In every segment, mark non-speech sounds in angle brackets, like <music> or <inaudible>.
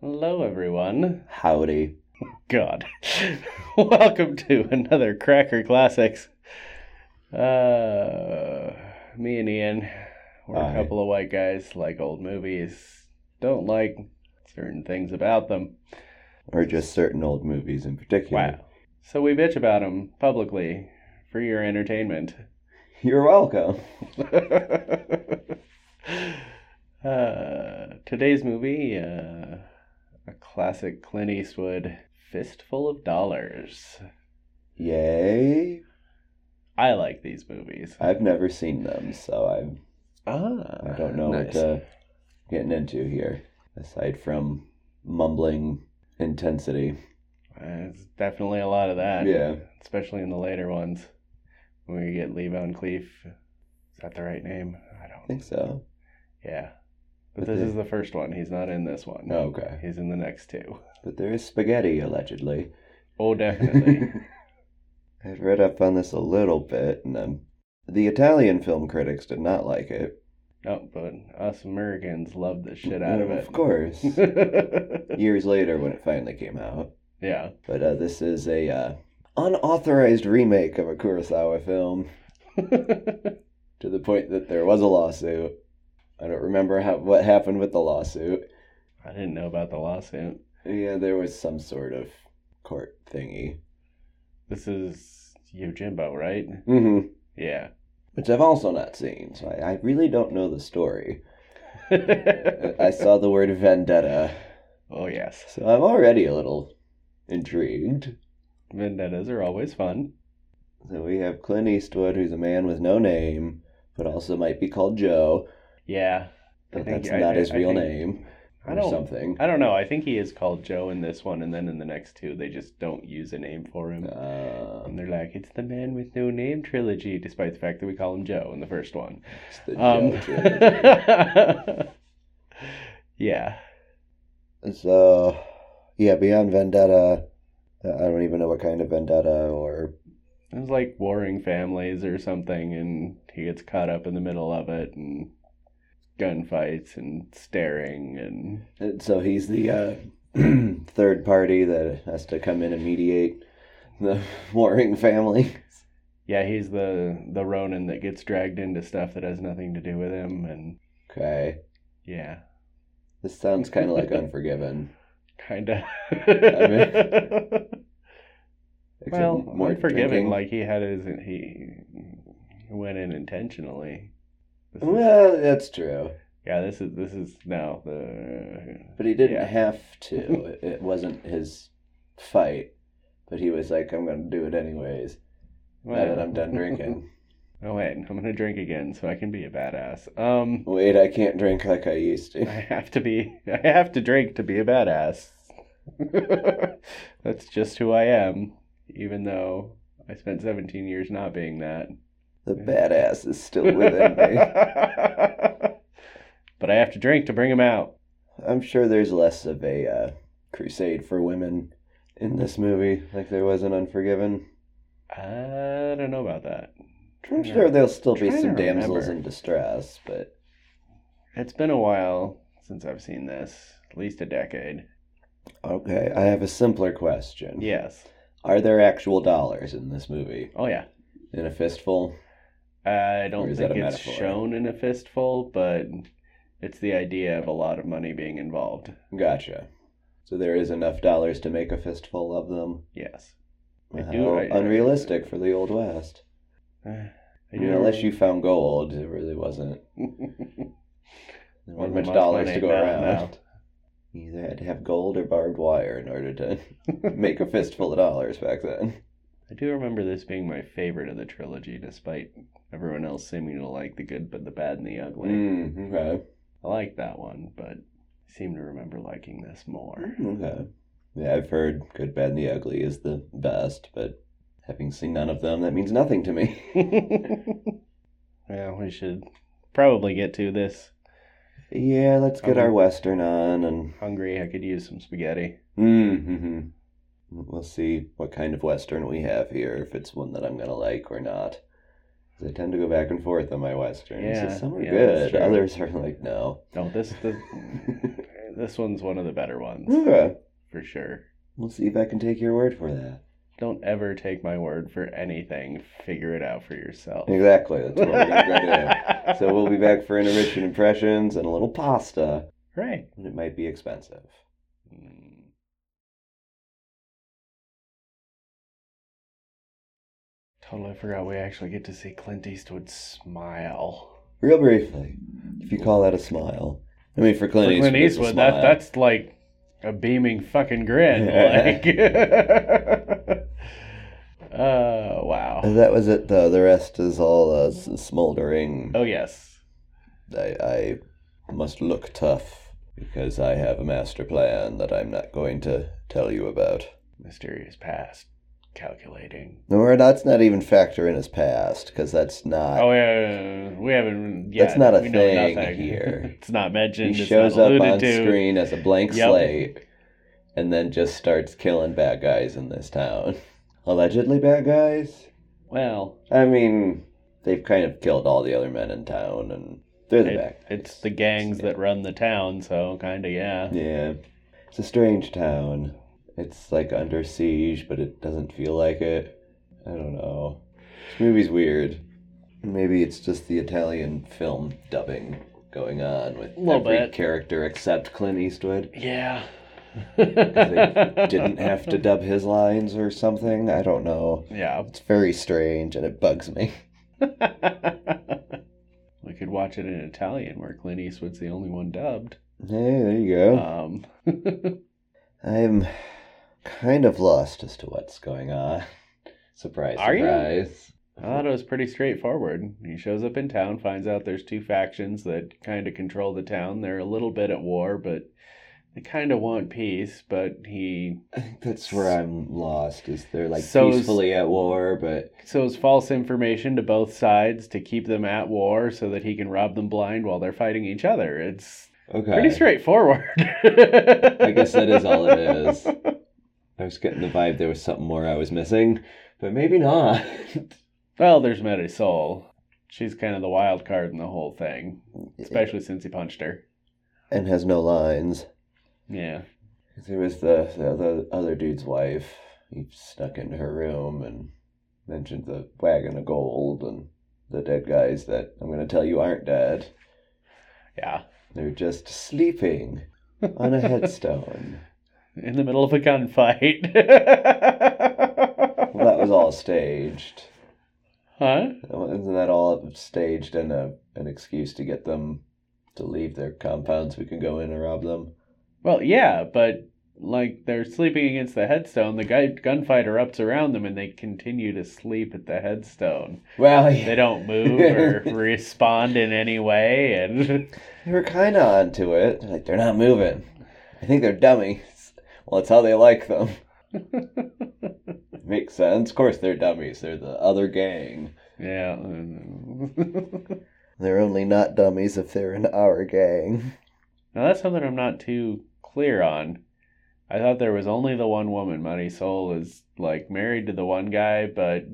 Hello, everyone. Howdy. God. <laughs> Welcome to another Cracker Classics. Uh, me and Ian, we're a Hi. couple of white guys, like old movies, don't like certain things about them. or just certain old movies in particular. So we bitch about them publicly for your entertainment. <laughs> You're welcome. uh, today's movie, uh, a classic Clint Eastwood, Fistful of Dollars. Yay. I like these movies. I've never seen them, so I'm, Ah, I don't know nice. what uh, getting into here, aside from mumbling intensity. Uh, It's definitely a lot of that. Yeah. especially in the later ones when we get Lee Van Cleef. Is that the right name? I I don't. think so. Yeah, but But this the- Oh. is the first one. He's not in this one. Okay. he's in the next two. But there is spaghetti, allegedly. Oh, definitely. <laughs> I've read up on this a little bit, and um, the Italian film critics did not like it. Oh, but us Americans love the shit out of it. <laughs> Of course. Years later, when it finally came out. yeah. <laughs> But uh, this is a uh, unauthorized remake of a Kurosawa film to the point that there was a lawsuit. I don't remember how, what happened with the lawsuit. I didn't know about the lawsuit. Yeah, there was some sort of court thingy. This is Yojimbo, right? Mm-hmm. Yeah. <laughs> Which I've also not seen, so I, I really don't know the story. I- I saw the word vendetta, oh, yes. so I'm already a little intrigued. Vendettas are always fun. So we have Clint Eastwood, who's a man with no name, but also might be called Joe, Yeah. but think- that's I- not his I real think- name I or don't- something. I don't know. I think he is called Joe in this one, and then in the next two, they just don't use a name for him. And Um, they're like, it's the Man with No Name trilogy, despite the fact that we call him Joe in the first one. <laughs> it's the Um, <laughs> Joker. yeah. <laughs> so, yeah, Beyond Vendetta. uh, I don't even know what kind of vendetta or. It was like warring families or something, and he gets caught up in the middle of it, and gunfights and staring, and and So he's the uh, <clears throat> third party that has to come in and mediate the <laughs> warring family. yeah, he's the the Ronin that gets dragged into stuff that has nothing to do with him, and Okay. yeah, This sounds kind <laughs> of like Unforgiven. kinda. <laughs> except well, more unforgiving. drinking. Like he had his he went in intentionally. This is- Well, that's true. yeah, this is this is now the But he didn't Yeah. have to. <laughs> It- It wasn't his fight. But he was like, I'm going to do it anyways now that I'm done drinking. <laughs> Oh wait, I'm gonna drink again so I can be a badass. Um, Wait, I can't drink like I used I to. have to be. I have to drink to be a badass. <laughs> That's just who I am, even though I spent 17 years not being that. The badass is still within me. <laughs> but I have to drink to bring him out. I'm sure there's less of a uh, crusade for women in this movie, like there was in Unforgiven. I don't know about that. I'm sure there'll still be Trying some to damsels remember. in distress, but It's been a while since I've seen this, at least a decade. okay. I have a simpler question. Yes. Are there actual dollars in this movie? Oh yeah. In a fistful? I Or don't is think that a it's metaphor? shown in a fistful, but it's the idea of a lot of money being involved. Gotcha. So there is enough dollars to make a fistful of them. Yes. I do- How I- I- unrealistic for the old west. I I mean, unless you found gold, it really wasn't. <laughs> There Well, weren't there much must dollars money to go now, around. now. <laughs> You either had to have gold or barbed wire in order to <laughs> make a fistful of dollars back then. I do remember this being my favorite of the trilogy, despite everyone else seeming to like the good, but the bad, and the ugly. Mm, okay. I like that one, but I seem to remember liking this <laughs> more. <laughs> Mm, Okay. Yeah, I've heard Good, Bad, and the Ugly is the best, but having seen none of them, that means nothing to me. <laughs> yeah, we should probably get to this. yeah, let's get Um, our Western on and. Hungry, I could use some spaghetti. Mm, hmm We'll see what kind of Western we have here, if it's one that I'm going to like or not. I tend to go back and forth on my westerns. Yeah, some are yeah, that's good, true. others are like no. <laughs> No, this this, <laughs> this one's one of the better ones Okay. for sure. We'll see if I can take your word for that. Don't ever take my word for anything. Figure it out for yourself. Exactly. That's what we're gonna try <laughs> to do. So we'll be back for intermission impressions and a little pasta. Right. And it might be expensive. Mm. Totally forgot we actually get to see Clint Eastwood smile. Real briefly, if you call that a smile. I mean, for For Clint, Clint it's a Eastwood, that smile. that's like a beaming fucking grin. Like, <laughs> uh, wow. That was it, though. The rest is all uh, s- smoldering. Oh yes. I, I must look tough because I have a master plan that I'm not going to tell you about. Mysterious past, calculating. Nor that's not even factor in his past because that's not. Oh yeah, we haven't. Yeah, Uh, That's not a we know <laughs> thing nothing. here. it's not mentioned. he it's shows not up alluded on to. screen as a blank Yep. slate, and then just starts killing bad guys in this town. <laughs> Allegedly bad guys. Well, I mean, they've kind of killed all the other men in town, and they're the it- bad guys. it's the gangs that run the town, so kind of yeah. Yeah. It's a strange town. It's like under siege, but it doesn't feel like it. I don't know. This movie's weird. Maybe it's just the Italian film dubbing going on with Little every bit. character except <laughs> Clint Eastwood. Yeah. They <laughs> didn't have to dub his lines or something. I don't know. Yeah. <laughs> It's very strange and it bugs me. we could watch it in Italian, where Clint Eastwood's the only one dubbed. Hey, there you go. Um, I'm kind of lost as to what's going on. Surprise, Are you? surprise. I thought it was pretty straightforward. He shows up in town, finds out there's two factions that kind of control the town. They're a little bit at war, but they kind of want peace. But he I think that's where I'm lost. Is they're like So- peacefully at war, but sows false information to both sides to keep them at war so that he can rob them blind while they're fighting each other. It's okay. pretty straightforward. I I guess that is all it is. I was getting the vibe there was something more I was missing, but maybe not. <laughs> Well, there's Medisol. She's kind of the wild card in the whole thing, especially since he punched her. and has no lines. Yeah. There was the the other, other dude's wife. He snuck into her room and mentioned the wagon of gold and the dead guys that I'm going to tell you aren't dead. Yeah. They're just sleeping <laughs> on a headstone. In the middle of a gunfight. <laughs> Well, that was all staged. Huh? Isn't that all staged and a, an excuse to get them to leave their compounds? We can go in and rob them. Well, yeah, but like they're sleeping against the headstone. The guy gunfighter ups around them, and they continue to sleep at the headstone. Well, They yeah, don't move or <laughs> respond in any way, and <laughs> they were kind of onto it. Like they're not moving. I think they're dummies. Well, that's how they like them. Makes sense. Of course, they're dummies. They're the other gang. yeah. <laughs> They're only not dummies if they're in our gang. Now that's something I'm not too clear on. I thought there was only the one woman. Marisol is like married to the one guy, but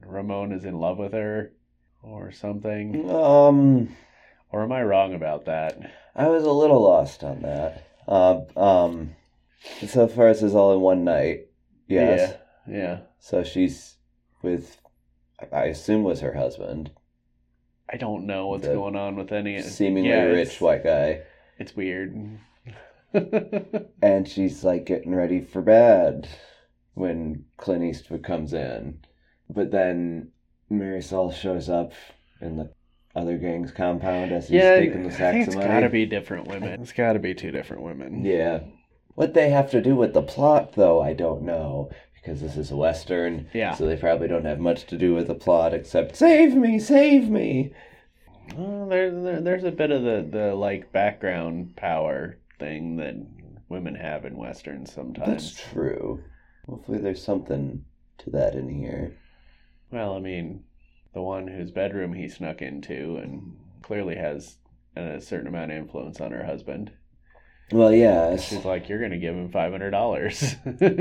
Ramon is in love with her or something. Um. Or am I wrong about that? I was a little lost on that. Uh, um, so far this is all in one night. Yes. Yeah. Yeah. So she's with, I assume was her husband, I don't know what's The going on with any seemingly yeah, rich it's- white guy, It's weird. and she's like getting ready for bed when Clint Eastwood comes in, but then Marisol shows up in the other gang's compound as he's <laughs> yeah, taking the I sacks think it's of got to money. be different women. It's got to be two different women. Yeah. What they have to do with the plot, though, I don't know. Because this is a Western. Yeah. So they probably don't have much to do with the plot except, save me, save me. Well, there, there, there's a bit of the, the like background power thing that women have in westerns That's sometimes. true. Hopefully there's something to that in here. Well, I mean, the one whose bedroom he snuck into and clearly has a certain amount of influence on her husband. Well, yes. She's like, "You're gonna give him five hundred dollars. <laughs>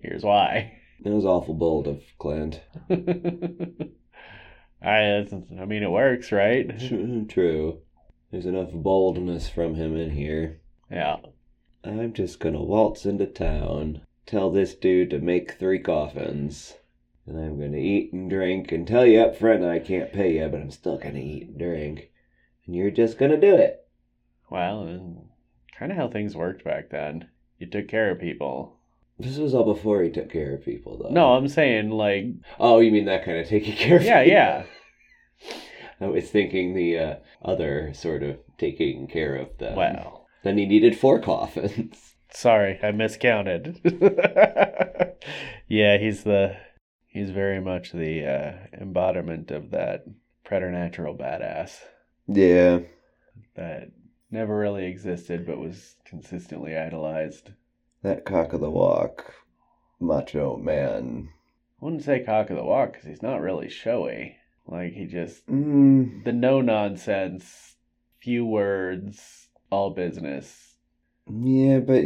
Here's why." <laughs> It was awful bold of Clint. uh, I, I mean, it works, right? True. true. There's enough boldness from him in here. Yeah. I'm just gonna waltz into town, tell this dude to make three coffins, and I'm gonna eat and drink and tell you up front that I can't pay you, but I'm still gonna eat and drink. And you're just gonna do it. Well, kind of how things worked back then. You took care of people. This was all before he took care of people, though. No, I'm saying, like, Oh, you mean that kind of taking care of <laughs> yeah, people? yeah. I was thinking the uh, other sort of taking care of them. Well, Then he needed four <laughs> coffins. sorry, I miscounted. <laughs> yeah, he's the. He's very much the uh, embodiment of that preternatural badass. Yeah. that never really existed but was consistently idolized. That cock of the walk, macho man. I wouldn't say cock of the walk because he's not really showy. Like he just Mm, the no nonsense, few words, all business. yeah, but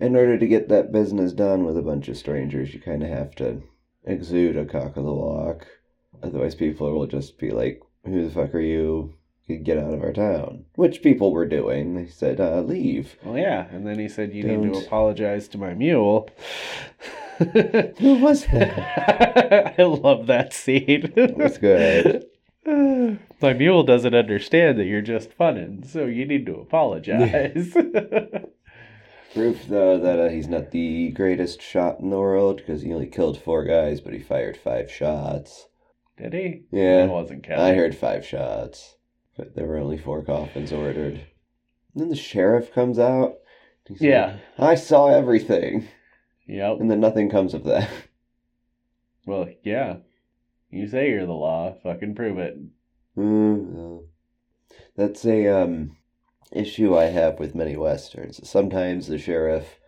in order to get that business done with a bunch of strangers, you kind of have to exude a cock of the walk. Otherwise, people will just be like, who the fuck are you? You Get out of our town. Which people were doing. They said, uh, leave. <laughs> Well, yeah. And then he said, "You need Don't. to apologize to my mule." <laughs> Who was that? <laughs> I love that <laughs> scene. was good. My mule doesn't understand that you're just funnin', so you need to <laughs> apologize. Proof, though, that uh, he's not the greatest shot in the world because he only killed four guys, but he fired five shots. Did he? Yeah. It wasn't counting. I heard five shots, but there were only four coffins ordered. And then the sheriff comes out. and he's like, Yeah. I saw everything. Yep. And then nothing comes of that. <laughs> Well, yeah. You say you're the law, fucking prove it. Mm, uh, That's a um, issue I have with many westerns. Sometimes the sheriff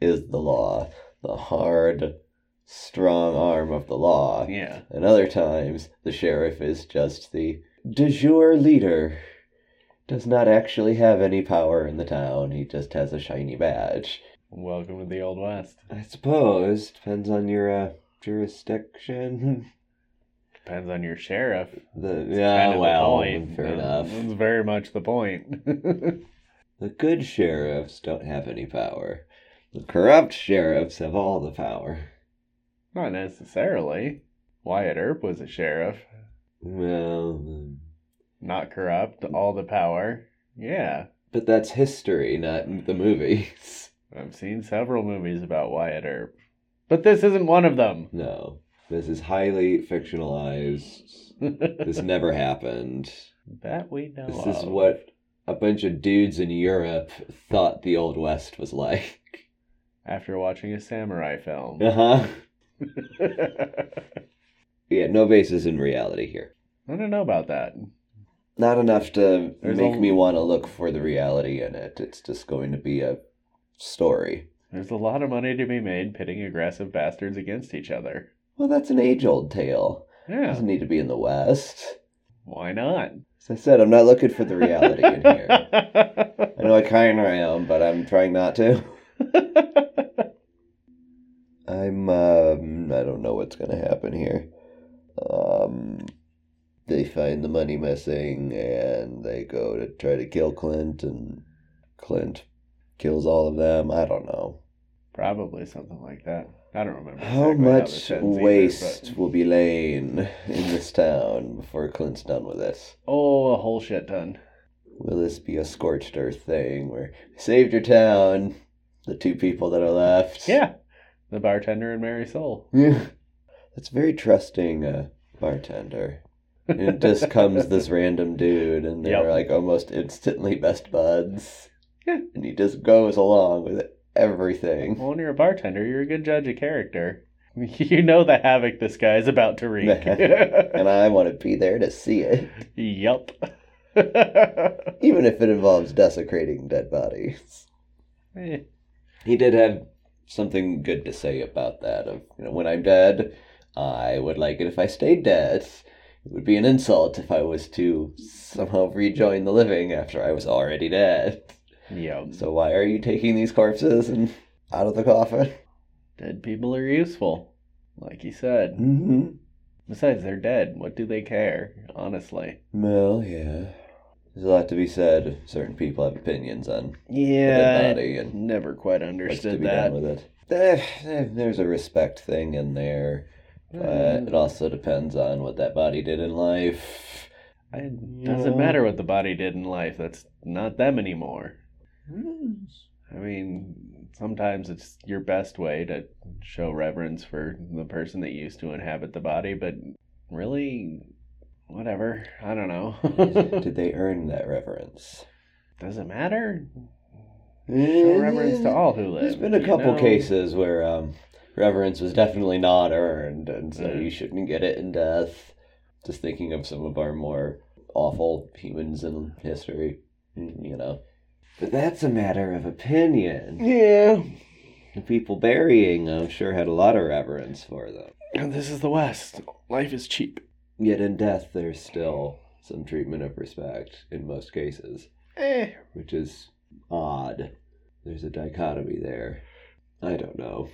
is the law, the hard, strong arm of the law. Yeah. And other times, the sheriff is just the de jure leader. Does not actually have any power in the town, he just has a shiny badge. Welcome to the old west. I suppose, depends on your uh, jurisdiction. <laughs> Depends on your sheriff. The, It's yeah, kind of the well, point. fair Uh, enough. That's very much the point. <laughs> The good sheriffs don't have any power. The corrupt sheriffs have all the power. Not necessarily. Wyatt Earp was a sheriff, Well, um, not corrupt, all the power. Yeah. but that's history, not m- the movies. <laughs> I've seen several movies about Wyatt Earp, but this isn't one of them. No, this is highly fictionalized. This never happened. that we know. This is of. what a bunch of dudes in Europe thought the Old West was like. <laughs> After watching a samurai film. <laughs> Uh huh. Yeah, no basis in reality here. I don't know about that. Not enough to There's make a- me want to look for the reality in it. It's just going to be a story. There's a lot of money to be made pitting aggressive bastards against each other. Well, that's an age old tale. It Yeah, doesn't need to be in the West. why not? <laughs> As I said, I'm not looking for the reality in here. I know I kind of am, but I'm trying <laughs> not to. I'm, um, I don't know what's going to happen here. Um, they find the money missing and they go to try to kill Clint, and Clint kills all of them. I don't know. Probably something like that. I don't remember. How exactly the much sentence either, waste but- will be laying in this town before Clint's done with it? Oh, a whole shit ton. Will this be a scorched earth thing where saved your town, the two people that are left? Yeah, the bartender and Mary Soul. Yeah. That's a very trusting uh, bartender. And just comes this random dude, and they're Yep. like almost instantly best buds. Yeah. And he just goes along with everything. Well, when you're a bartender, you're a good judge of character. <laughs> You know the havoc this guy is about to <laughs> wreak. And I want to be there to see it, yup. <laughs> even if it involves desecrating dead bodies. Eh, he did have something good to say about that of you know when i'm dead i would like it if i stayed dead it would be an insult if i was to somehow rejoin the living after i was already dead yup. so why are you taking these corpses and out of the coffin Dead people are useful, like you said. mm-hmm. Besides, they're dead. What do they care? Honestly. Well, yeah. There's a lot to be said. Certain people have opinions on Yeah. I body and never quite what's to understood be that. done with it. Eh, eh, There's a respect thing in there, but uh, Mm. it also depends on what that body did in life. it doesn't matter what the body did in life. That's not them anymore. Mm. I mean, sometimes it's your best way to show reverence for the person that used to inhabit the body, but really, whatever. I don't know. <laughs> did they earn that reverence? Does it matter? Show reverence to all who live. There's been a you couple know? cases where um, reverence was definitely not earned, and so Mm. you shouldn't get it in death. Just thinking of some of our more awful humans in history, mm, you know. But that's a matter of opinion. Yeah. The people burying them sure had a lot of reverence for them. And this is the West. Life is cheap. Yet in death, there's still some treatment of respect in most cases, Eh. which is odd. There's a dichotomy there. I don't know.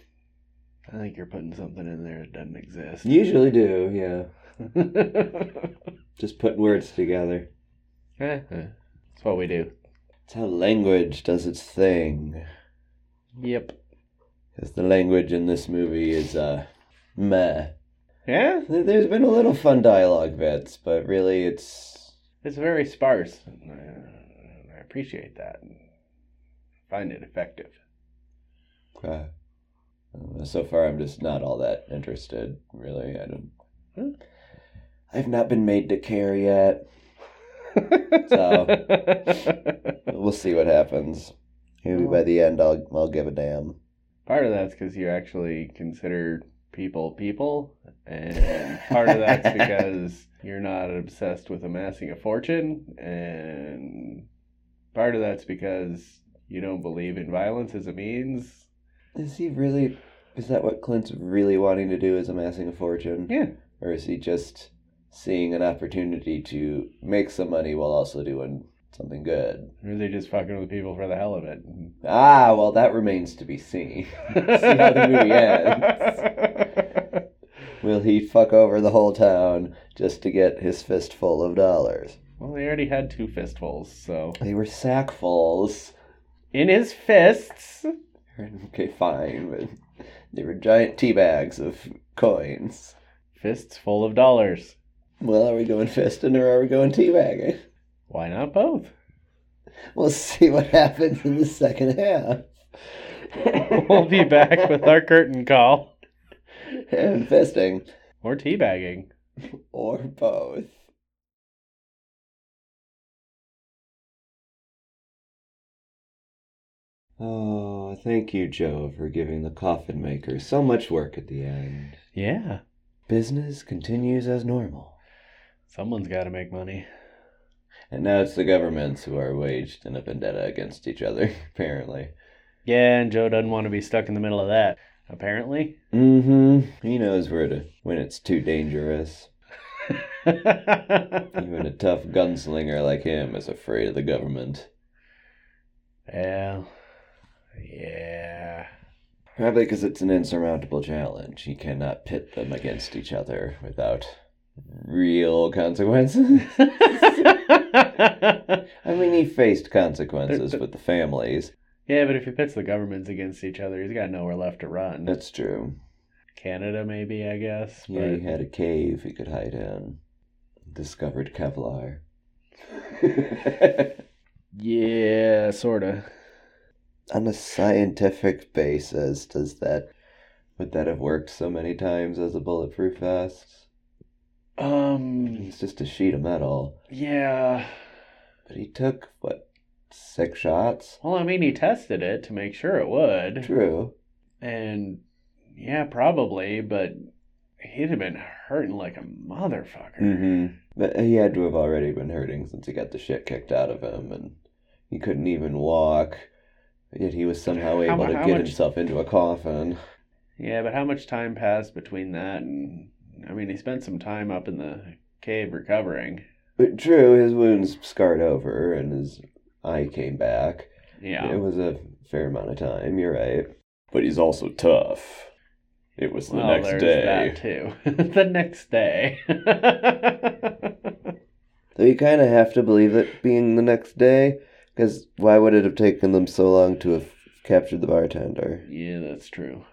I think you're putting something in there that doesn't exist. Usually do, yeah. <laughs> Just putting words together. Eh, That's what we do. It's how language does its thing. Yep. Because the language in this movie is, uh, meh. Yeah? There- There's been a little fun dialogue bits, but really it's. It's very sparse. and I I appreciate that. I find it effective. Uh, I don't know, so far, I'm just not all that interested, really. I don't. Hmm. I've not been made to care yet. Oh. But we'll see what happens. Maybe by the end, I'll, I'll give a damn. <laughs> part of that's because you actually consider people people, and part of that's <laughs> because you're not obsessed with amassing a fortune, and part of that's because you don't believe in violence as a means. Is he really? Is that what Clint's really wanting to do? Is amassing a fortune, Yeah. or is he just seeing an opportunity to make some money while also doing something good? Or they just fucking with people for the hell of it. Ah, well, that remains to be seen. <laughs> See how the movie ends. Will he fuck over the whole town just to get his fistful of dollars? <laughs> Well, they already had two fistfuls, so They were sackfuls. in his fists. <laughs> Okay, fine, but they were giant tea bags of coins. Fists full of dollars. Well, are we going fisting or are we going teabagging? Why not both? <laughs> We'll see what <laughs> happens in the second half. <laughs> we'll be back with our curtain call. <laughs> and fisting Or teabagging. or both. Oh, thank you, Joe, for giving the coffin maker so much work at the end. Yeah. Business continues as normal. Someone's got to make money. And now it's the governments who are waged in a vendetta against each other, <laughs> apparently. Yeah, and Joe doesn't want to be stuck in the middle of that, apparently. <laughs> Mm hmm. He knows where to when it's too dangerous. Even a tough gunslinger like him is afraid of the government. well, yeah. Probably because it's an insurmountable challenge. He cannot pit them against each other without real consequences. <laughs> I mean, he faced <laughs> consequences with the families. <laughs> yeah, but if he pits the governments against each other, he's got nowhere left to run. That's true. Canada, maybe, I guess. Yeah, he But had a cave he could hide in. Discovered <laughs> Kevlar. yeah sorta. On a scientific basis, does that would that have worked so many times as a bulletproof vest? Um, It's just a sheet of metal. yeah. But he took what six shots? Well, I mean, he tested it to make sure it would. True. And yeah, probably, but he'd have been hurting like a motherfucker. Mm-hmm. But he had to have already been hurting since he got the shit kicked out of him, and he couldn't even walk. Yet he was somehow How able mu- to how get much- himself into a coffin. Yeah, but how much time passed between that and. I mean, he spent some time up in the cave recovering. But true, his wounds scarred over, and his eye came back. It Yeah. was a fair amount of time. You're right. But he's also tough. It was the well, next there's day. that too. <laughs> the next day. <laughs> Though you kind of have to believe it being the next day, because why would it have taken them so long to have captured the bartender? yeah, that's true.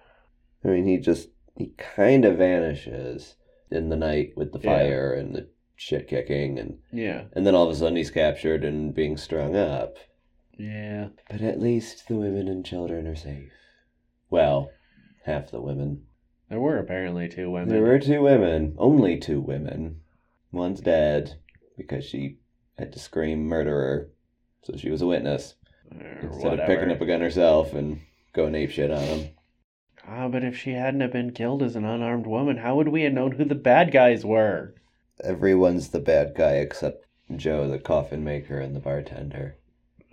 I mean, he just he kind of vanishes in the night with the Yeah. fire and the shit kicking, and Yeah, and then all of a sudden he's captured and being strung up. yeah. But at least the women and children are safe. Well, half the women. There were apparently two women. There were two women, only two women. One's dead because she had to scream murderer, so she was a witness Or instead whatever. of picking up a gun herself and going ape shit on him. Ah, but if she hadn't have been killed as an unarmed woman, how would we have known who the bad guys were? Everyone's the bad guy except Joe, the coffin maker, and the bartender.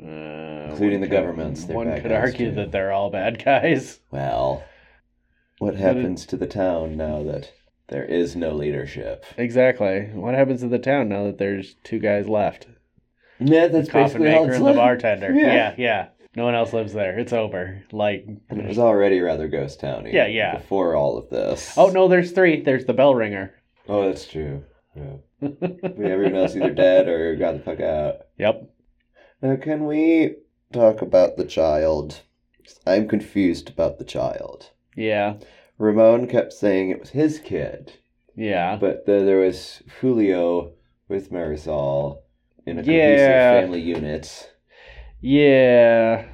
Uh, one Including the could- governments, they're One bad could guys, argue too. that they're all bad <laughs> guys. Well, what it- happens to the town now that there is no leadership? Exactly. What happens to the town now that there's two guys left? Yeah, that's the coffin basically all maker it's and the left. bartender. <laughs> Yeah. Yeah. yeah, No one else lives there. It's over. Like, And it was already rather ghost towny. Yeah, yeah. Before all of this. oh no, there's three. There's the bell ringer. Oh, that's true. Yeah. <laughs> I mean, everyone else either dead or got the fuck out. Yep. Now, can we talk about the child? I'm confused about the child. Yeah. Ramon kept saying it was his kid, Yeah. but then there was Julio with Marisol in a Yeah. cohesive family unit. Yeah.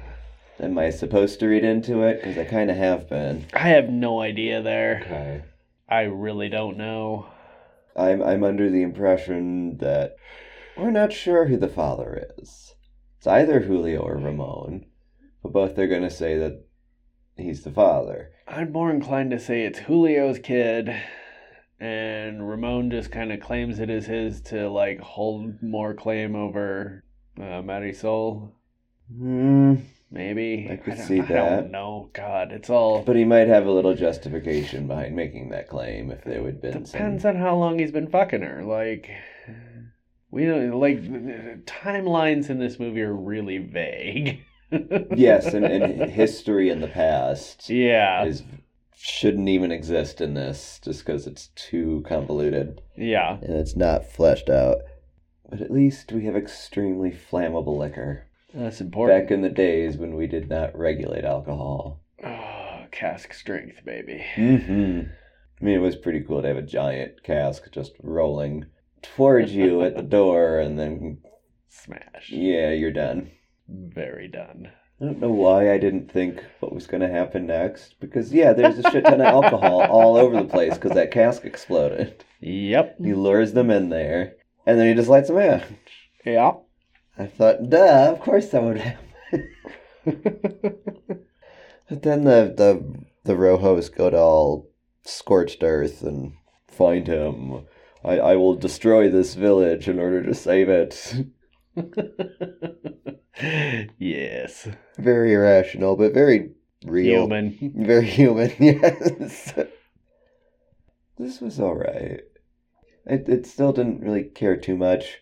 Am I supposed to read into it? Because I kind of have been. I have no idea there. Okay. I really don't know. I'm I'm under the impression that we're not sure who the father is. It's either Julio or Ramon, but both they're gonna say that he's the father. I'm more inclined to say it's Julio's kid, and Ramon just kind of claims it is his to like hold more claim over uh, Marisol. Hmm. Maybe I could don't- see I don't that. know. God, it's all But he might have a little justification behind making that claim if there would been depends some. on how long he's been fucking her. Like we don't like timelines in this movie are really vague. <laughs> yes, and, and history in the past Yeah, is shouldn't even exist in this just because it's too convoluted. yeah, and it's not fleshed out. But at least we have extremely flammable liquor. that's important. Back in the days when we did not regulate alcohol. Oh, cask strength, baby. Mm-hmm. I mean, it was pretty cool to have a giant cask just rolling towards you at the door, and then, Smash. yeah, you're done. Very done. I don't know why I didn't think what was going to happen next, because, yeah, there's a shit ton of alcohol all over the place because that cask exploded. Yep. He lures them in there, and then he just lights them out. Yeah. I thought, duh, of course that would happen. but then the the the Rojos go to all scorched earth and find him. I, I will destroy this village in order to save it. yes. Very irrational, but very real. Human. <laughs> Very <laughs> human, yes. this was alright. It, it still didn't really care too much,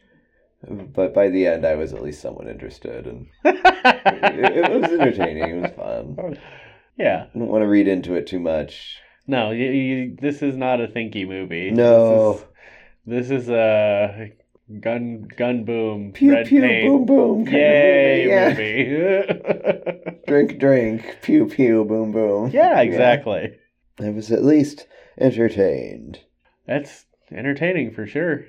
but by the end I was at least somewhat interested and it, it was entertaining. It was fun. yeah. I don't want to read into it too much. No, you, you, this is not a thinky movie. No. This is, this is a gun gun boom Pew red pew paint. boom boom. kind of Yay movie, yeah. movie. Drink drink. Pew pew boom boom. <laughs> yeah, exactly. I was at least entertained. That's entertaining for sure.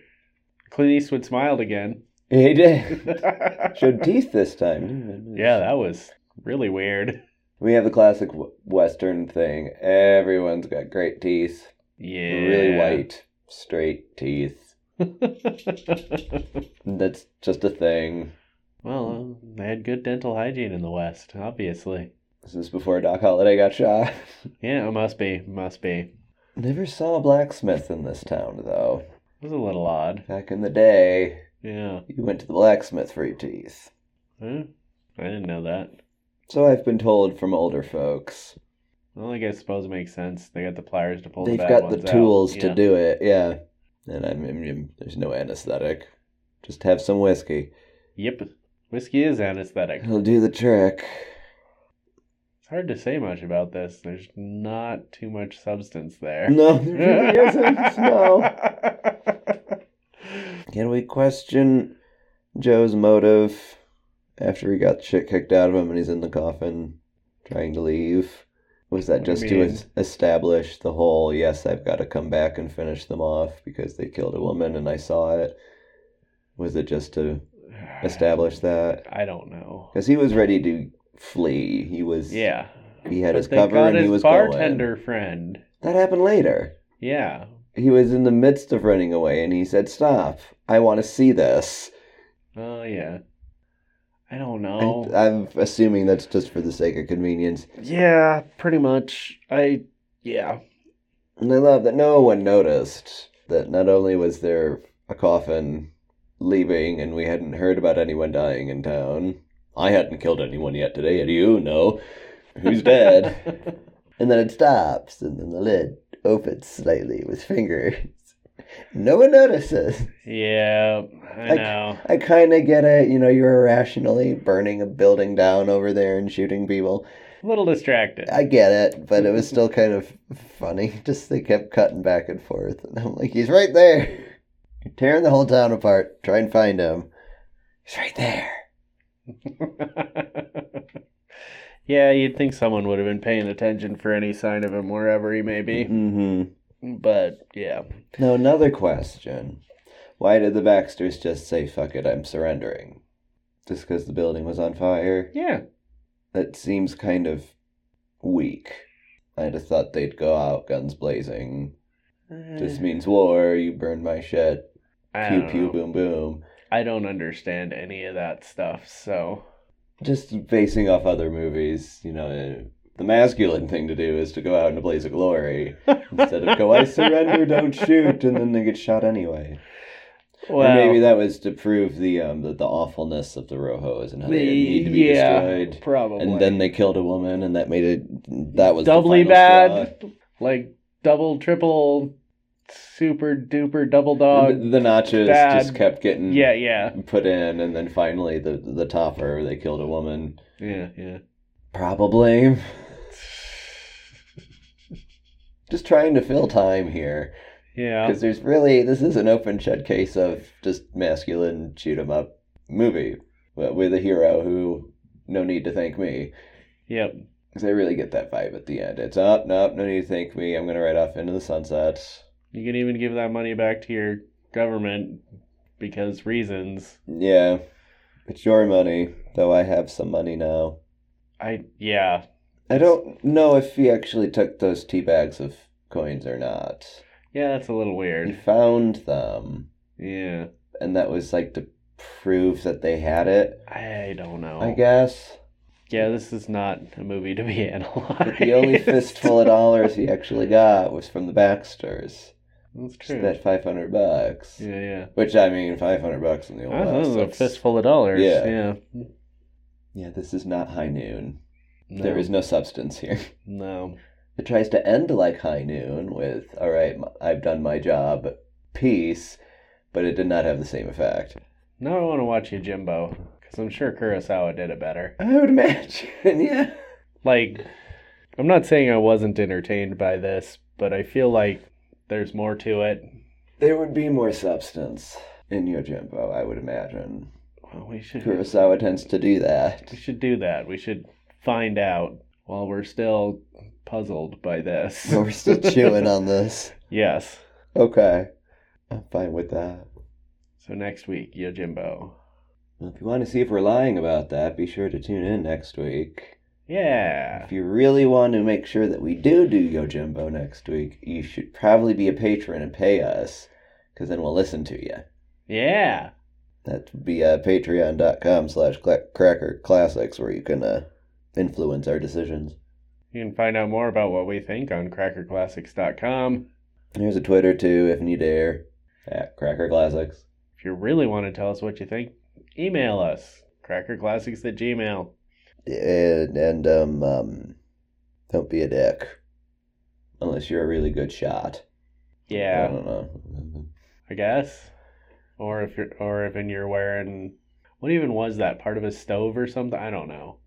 Clint Eastwood smiled again. <laughs> <laughs> He did. yeah, Showed teeth this time. that was really weird. We have the classic w- Western thing. Everyone's got great teeth. Yeah. Really white, straight teeth. That's just a thing. <laughs> well, uh, they had good dental hygiene in the West, obviously. This is before Doc Holliday got shot. <laughs> Yeah, it must be. Must be. It Never saw a blacksmith in this town, though. was a little odd. Back in the day, Yeah. you went to the blacksmith for your teeth. Huh? I didn't know that. So I've been told from older folks. Well, I guess I suppose it makes sense. They got the pliers to pull They've the bad got the ones out. tools to Yeah. do it, yeah. And I mean, there's no anesthetic. Just have some whiskey. Yep. Whiskey is anesthetic. It'll do the trick. It's hard to say much about this. There's not too much substance <laughs> there. <laughs> No, there really <laughs> isn't. No. Can we question Joe's motive after he got shit kicked out of him and he's in the coffin trying to leave? Was that What do you just to mean? es- establish the whole yes, I've got to come back and finish them off because they killed a woman and I saw it? Was it just to establish that? I don't know. Because he was ready to flee. He was. Yeah. He had But his they cover got and his he was going. bartender friend. That happened later. Yeah. He was in the midst of running away and he said, Stop. I want to see this. Oh yeah. I don't know. I, I'm assuming that's just for the sake of convenience. yeah, pretty much. I yeah. And I love that no one noticed that not only was there a coffin leaving and we hadn't heard about anyone dying in town. I hadn't killed anyone yet today, had you? No. Who's dead? <laughs> and then it stops, and then the lid opens slightly with fingers. No one notices. yeah, I Like- know. I kind of get it. You know, you're irrationally burning a building down over there and shooting people. A little distracted. I get it, but it was still kind of funny. <laughs> Just they kept cutting back and forth. And I'm like, he's right there. <laughs> You're tearing the whole town apart. Try and find him. He's right there. <laughs> yeah, you'd think someone would have been paying attention for any sign of him wherever he may be. Mm-hmm. But yeah. Now, another question. Why did the Baxters just say, fuck it, I'm surrendering? Just because the building was on fire? Yeah. That seems kind of weak. I'd have thought they'd go out guns blazing, This means war. You burn my shit. Mm. I don't Pew pew know. boom boom. I don't understand any of that stuff, so Just basing off other movies, you know, uh, the masculine thing to do is to go out in a blaze <laughs> of glory instead of go, I surrender, don't shoot, and then they get shot anyway. or well, maybe that was to prove the um the, the awfulness of the Rojos and how they didn't need to be yeah, Oh, destroyed. probably. And then they killed a woman, and that made it that was the doubly final straw. bad, like double, triple, super duper double dog. the, the notches Uh, bad. just kept getting Yeah, yeah, put in, and then finally the the topper they killed a woman. yeah, yeah. Probably. Just trying to fill time here. Yeah, Because there's really, this is an open shut case of just masculine shoot 'em up movie but with a hero who, no need to thank me. yep. Because I really get that vibe at the end. It's up, nope, no need to thank me. I'm going to ride off into the sunset. You can even give that money back to your government because reasons. Yeah, it's your money, though I have some money now. I yeah I don't know if he actually took those tea bags of coins or not. yeah. That's a little He weird. found them. Yeah, and that was like to prove that they had it. I don't know. I guess. Yeah, this is not a movie to be <laughs> analyzed. But <laughs> the only fistful of dollars he actually got was from the Baxters. That's Just true. that five hundred bucks. Yeah, yeah. Which I mean, five hundred bucks in the old Oh, that house. was a that's- fistful of dollars. Yeah. Yeah. Yeah, this is not high noon. No, There is no substance here. <laughs> no. It tries to end like high noon with "All right, m- I've done my job, peace," but it did not have the same effect. Now I want to watch Yojimbo because I'm sure Kurosawa did it better. I would imagine, <laughs> yeah. Like, I'm not saying I wasn't entertained by this, but I feel like there's more to it. There would be more substance in Yojimbo, I <laughs> would imagine. Well, we should Kurosawa tends to do that. we should do that. We should find out while we're still puzzled by this. <laughs> We're still chewing on this. yes. Okay. I'm fine with that. So next week, Yojimbo. Well, if you want to see if we're lying about that, be sure to tune in next week. Yeah. If you really want to make sure that we do do Yojimbo next week, you should probably be a patron and pay us, because then we'll listen to you. Yeah. That would be uh, patreon.com slash cla- cracker classics, where you can uh, influence our decisions. You can find out more about what we think on crackerclassics.com. Here's a Twitter, too, if you dare, at cracker classics. If you really want to tell us what you think, email us crackerclassics at gmail. and and um, um don't be a dick unless you're a really good shot i Yeah, don't know I guess. Or if you're, or if and you're wearing, what even was that part of a stove or something? I don't know.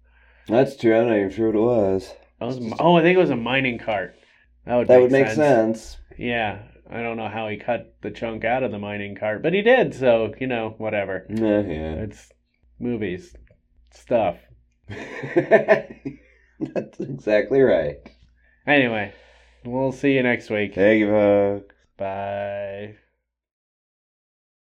That's true. I'm not even sure what it was. That was, oh, I think it was a mining cart. That would That make would make sense. sense. Yeah, I don't know how he cut the chunk out of the mining cart, but he did. So you know, whatever. Nah, yeah. It's movies stuff. <laughs> That's exactly right. Anyway, we'll see you next week. Thank you, folks. Bye.